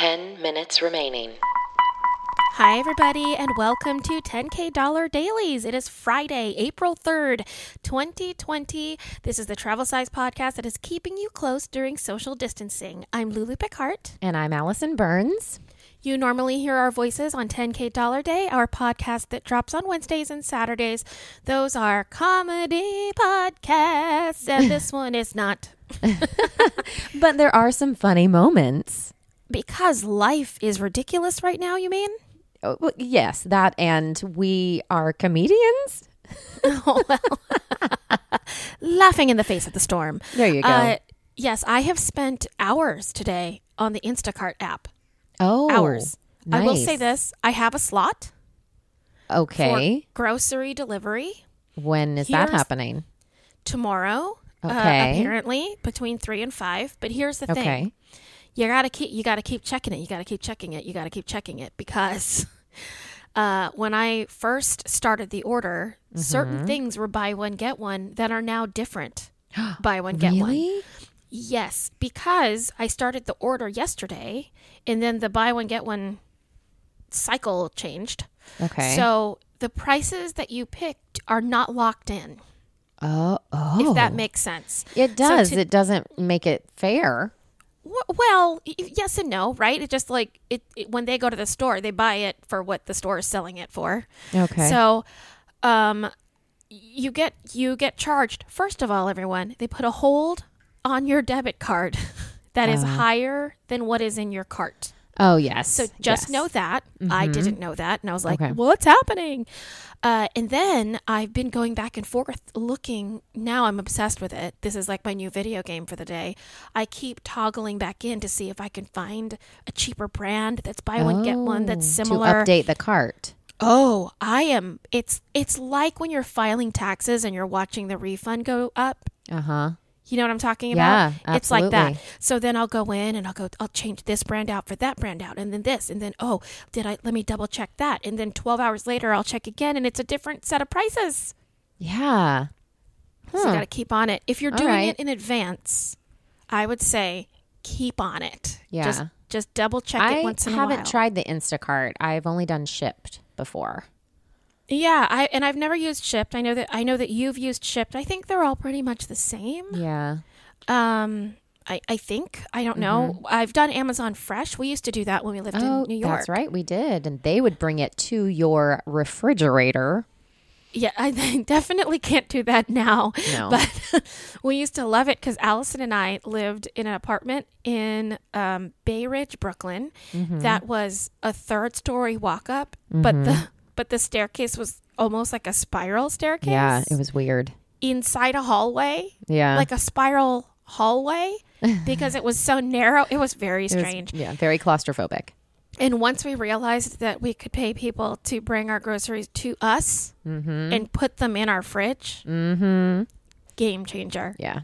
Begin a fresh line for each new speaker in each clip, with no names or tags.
10 minutes remaining.
Hi, everybody, and welcome to 10K Dollar Dailies. It is Friday, April 3rd, 2020. This is the travel size podcast that is keeping you close during social distancing. I'm Lulu Picard.
And I'm Allison Burns.
You normally hear our voices on 10K Dollar Day, our podcast that drops on Wednesdays and Saturdays. Those are comedy podcasts, and this one is not.
But there are some funny moments.
Because life is ridiculous right now, you mean?
Oh, well, yes, that and we are comedians.
Laughing in the face of the storm.
There you go.
Uh, yes, I have spent hours today on the Instacart app.
oh,
Hours. I will say
nice.
this I have a slot for
Okay.
grocery delivery
when is that
here's-
happening?
tomorrow. Uh,
Okay.
apparently between three and five. But here's the thing:
Okay.
you gotta keep you gotta keep checking it. You gotta keep checking it. You gotta keep checking it because uh, when I first started the order,
Mm-hmm.
certain things were buy one get one that are now different. buy one get one.
Really?
Yes, because I started the order yesterday and then the buy one get one cycle changed.
Okay.
So the prices that you picked are not locked in,
oh, oh.
if that makes sense.
it
so
does.
to-
it doesn't make it fair.
Wh- Well, y- y- yes and no, right? It just like it, it when they go to the store, they buy it for what the store is selling it for.
Okay.
So, um, you get you get charged. First of all, everyone, they put a hold on your debit card that is
Uh-huh.
higher than what is in your cart.
oh, yes.
So just
yes.
know that. I didn't know that. And I was like,
Okay.
what's happening? Uh, and then I've been going back and forth looking. Now I'm obsessed with it. This is like my new video game for the day. I keep toggling back in to see if I can find a cheaper brand that's buy one get one that's
Oh,
similar.
To update the cart.
Oh, I am. It's it's like when you're filing taxes and you're watching the refund go up.
Uh huh.
You know what I'm talking
Yeah,
about? It's like that.
absolutely.
So then I'll go in and I'll go, I'll change this brand out for that brand out, and then this, and then oh, did I? Let me double check that, and then 12 hours later I'll check again, and it's a different set of prices.
Yeah.
So you got to keep on it. If you're
All
doing
right.
it in advance, I would say keep on it.
Yeah.
Just just double check it
I
once in a while.
haven't tried the Instacart. I've only done shipped before.
Yeah, I and I've never used Shipped. I know that I know that you've used Shipped. I think they're all pretty much the same.
Yeah.
Um, I, I think I don't know.
Mm-hmm.
I've done Amazon Fresh. We used to do that when we lived in New York.
Oh, That's right, we did. And they would bring it to your refrigerator.
Yeah, I think- definitely can't do that now.
No.
But we used to love it because Allison and I lived in an apartment in um, Bay Ridge, Brooklyn.
Mm-hmm.
That was a third story walk up, but
Mm-hmm.
the but the staircase was almost like a spiral staircase.
Yeah, it Uh. was weird.
inside a hallway.
Yeah.
like a spiral hallway because it was so narrow. It was very
It was-
strange.
yeah, very claustrophobic.
And once we realized that we could pay people to bring our groceries to us
Mm-hmm.
and put them in our fridge, mm-hmm. game changer.
Yeah.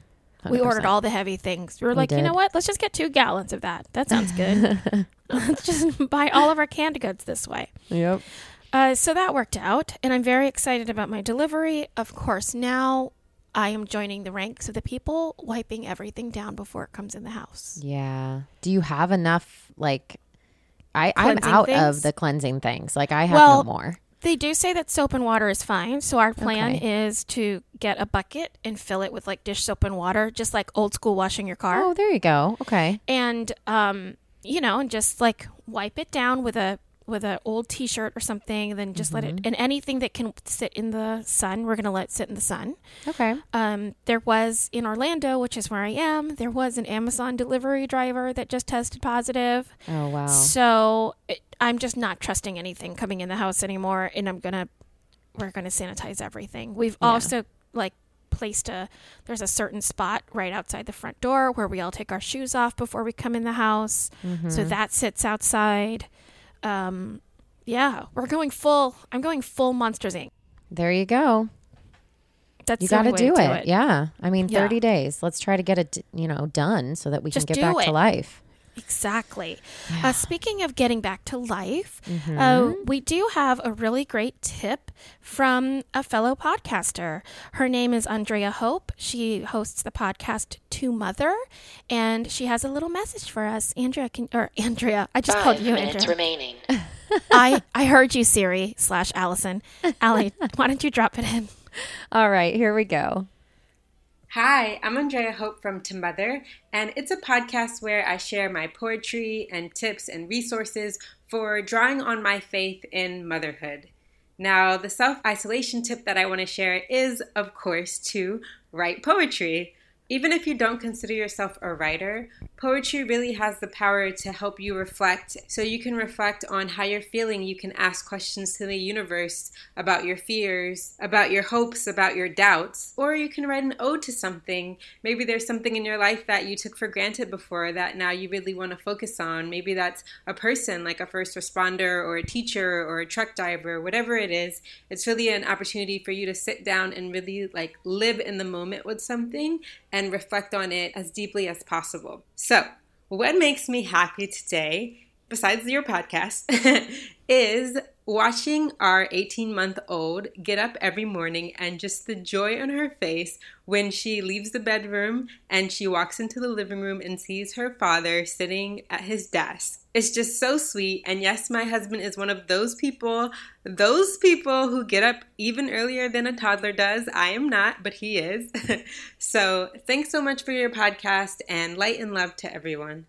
We
100%.
ordered all the heavy things. We were like, you
did.
know what? Let's just get two gallons of that. That sounds good. Let's just buy all of our canned goods this way.
Yep.
Uh, so that worked out, and I'm very excited about my delivery. Of course, now I am joining the ranks of the people wiping everything down before it comes in the house.
Yeah. Do you have enough like I, I'm
Cleansing
out
things?
of the cleansing things. Like I have no
Well,
more.
They do say that soap and water is fine, so our plan
Okay.
is to get a bucket and fill it with like dish soap and water, just like old school washing your car,
Oh, there you go. Okay.
and um, you know, and just like wipe it down with a with an old T-shirt or something, then just let
Mm-hmm.
it. And anything that can sit in the sun, we're gonna let sit in the sun.
Okay.
Um, there was in Orlando, which is where I am, there was an Amazon delivery driver that just tested positive.
Oh wow.
So it, I'm just not trusting anything coming in the house anymore, and I'm gonna we're gonna sanitize everything. We've also like placed a there's a certain spot right outside the front door where we all take our shoes off before we come in the house. So
Mm-hmm.
that sits outside. Um, yeah, we're going full. I'm going full Monsters Inc.
There you go.
That's
You
the
got
only
to
way
do,
to
it. Yeah. I mean,
Yeah.
30 days. Let's try to get it, you know, done so that we
Just
can get
do
back
it.
to life.
Exactly. Uh, speaking of getting back to life, uh, we do have a really great tip from a fellow podcaster. Her name is Andrea Hope. She hosts the podcast To Mother, and she has a little message for us. Andrea, can, or Andrea, I just called
Five
you
minutes
Andrea.
remaining.
I, I heard you, Siri slash Allison. Allie, why don't you drop it in?
All right, here we go.
Hi, I'm Andrea Hope from To Mother, and it's a podcast where I share my poetry and tips and resources for drawing on my faith in motherhood. Now, the self isolation tip that I want to share is, of course, to write poetry. Even if you don't consider yourself a writer, poetry really has the power to help you reflect. So you can reflect on how you're feeling. You can ask questions to the universe about your fears, about your hopes, about your doubts. Or you can write an ode to something. Maybe there's something in your life that you took for granted before that now you really want to focus on. Maybe that's a person, like a first responder, or a teacher, or a truck driver, whatever it is. It's really an opportunity for you to sit down and really like live in the moment with something and reflect on it as deeply as possible. So, what makes me happy today, besides your podcast, is watching our 18 month old get up every morning and just the joy on her face when she leaves the bedroom and she walks into the living room and sees her father sitting at his desk. It's just so sweet. And yes, my husband is one of those people, those people who get up even earlier than a toddler does. I am not, but he is. so thanks so much for your podcast and light and love to everyone.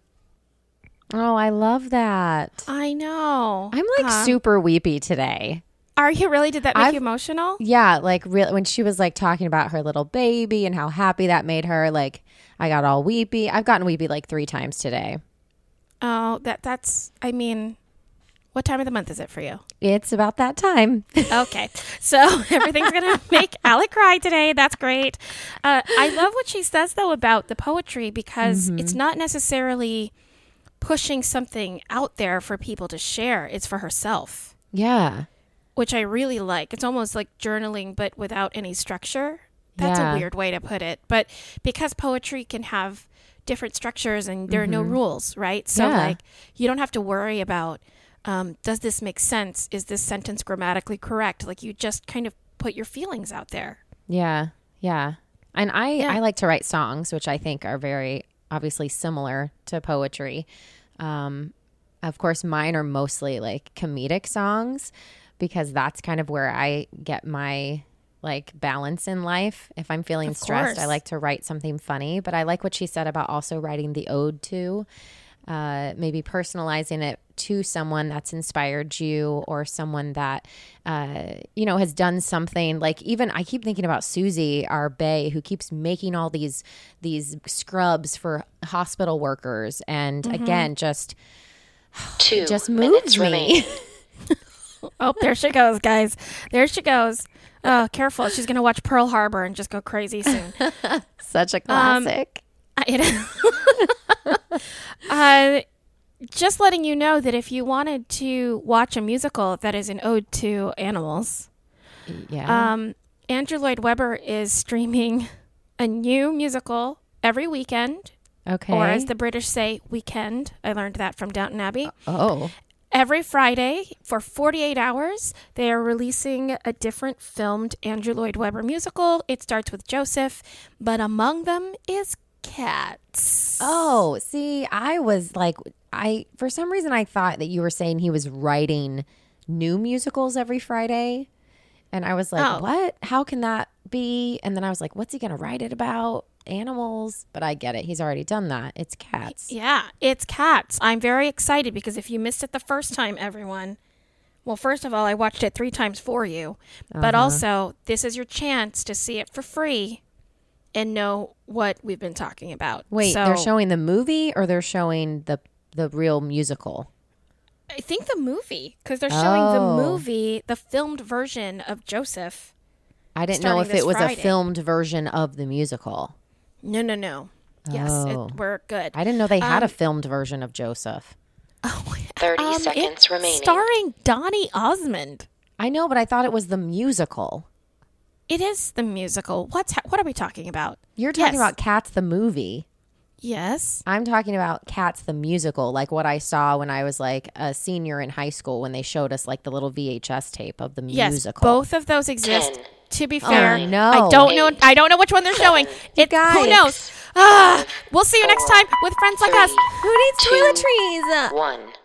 Oh, I love that.
I know.
I'm like
Uh,
super weepy today.
Are you really? Did that make
I've-
you emotional?
Yeah, like real when she was like talking about her little baby and how happy that made her, like I got all weepy. I've gotten weepy like 3 times today.
Oh, that that's. I mean, what time of the month is it for you?
It's about that time.
Okay, so everything's gonna make Alec cry today. That's great. Uh, I love what she says though about the poetry because it's not necessarily pushing something out there for people to share. It's for herself,
yeah.
which I really like. It's almost like journaling, but without any structure. That's
Yeah.
a weird way to put it, but because poetry can have different structures and there are no rules, right? So
Mm-hmm. Yeah.
like you don't have to worry about um, does this make sense? Is this sentence grammatically correct? Like you just kind of put your feelings out there.
Yeah. Yeah. And I
Yeah.
I like to write songs, which I think are very obviously similar to poetry. Um of course mine are mostly like comedic songs because that's kind of where I get my like balance in life. If I'm feeling stressed, I
course.
like to write something funny, but I like what she said about also writing the ode to uh, maybe personalizing it to someone that's inspired you or someone that uh, you know has done something like even i keep thinking about susie our bay who keeps making all these these scrubs for hospital workers and again just
Two
just moves
minutes
me
remaining.
Oh, there she goes, guys. There she goes. Oh, careful. She's going to watch Pearl Harbor and just go crazy soon.
such a
Um,
classic
I- it- uh, just letting you know that if you wanted to watch a musical that is an ode to animals,
yeah
um, Andrew Lloyd Webber is streaming a new musical every weekend,
okay
or as the British say, weekend. I learned that from Downton Abbey.
oh
Every Friday for 48 hours, they are releasing a different filmed Andrew Lloyd Webber musical. It starts with Joseph, but among them is Cats.
oh see i was like i for some reason i thought that you were saying he was writing new musicals every friday and i was like
Oh.
what how can that be and then i was like what's he gonna write it about animals but i get it he's already done that it's cats
Yeah, it's Cats. I'm very excited because if you missed it the first time, everyone, well, first of all, I watched it three times for you, but
Uh-huh.
also this is your chance to see it for free and know what we've been talking about.
wait
So-
they're showing the movie or they're showing the the real musical
I think the movie because they're showing
Oh.
the movie, the filmed version of Joseph.
i didn't know
Starting
if
this
it was
Friday.
a filmed version of the musical
No, no, no. Yes,
Oh.
it, we're good.
i didn't know they had a filmed version of joseph
Thirty
Um,
seconds
it-
remaining.
Starring Donny Osmond.
i know but i thought it was the musical
It is the musical. What's ha- what are we talking about?
You're talking
Yes.
about Cats the movie.
Yes.
I'm talking about Cats the musical, like what I saw when I was like a senior in high school when they showed us like the little VHS tape of the
Yes.
musical. Oh,
Both of those exist.
Ten.
to be fair,
no.
I don't know. I don't know which one they're showing. It, who
guys.
knows? Ah, we'll see you next time with friends like us.
Three.
Who needs
Two.
toiletries?
One.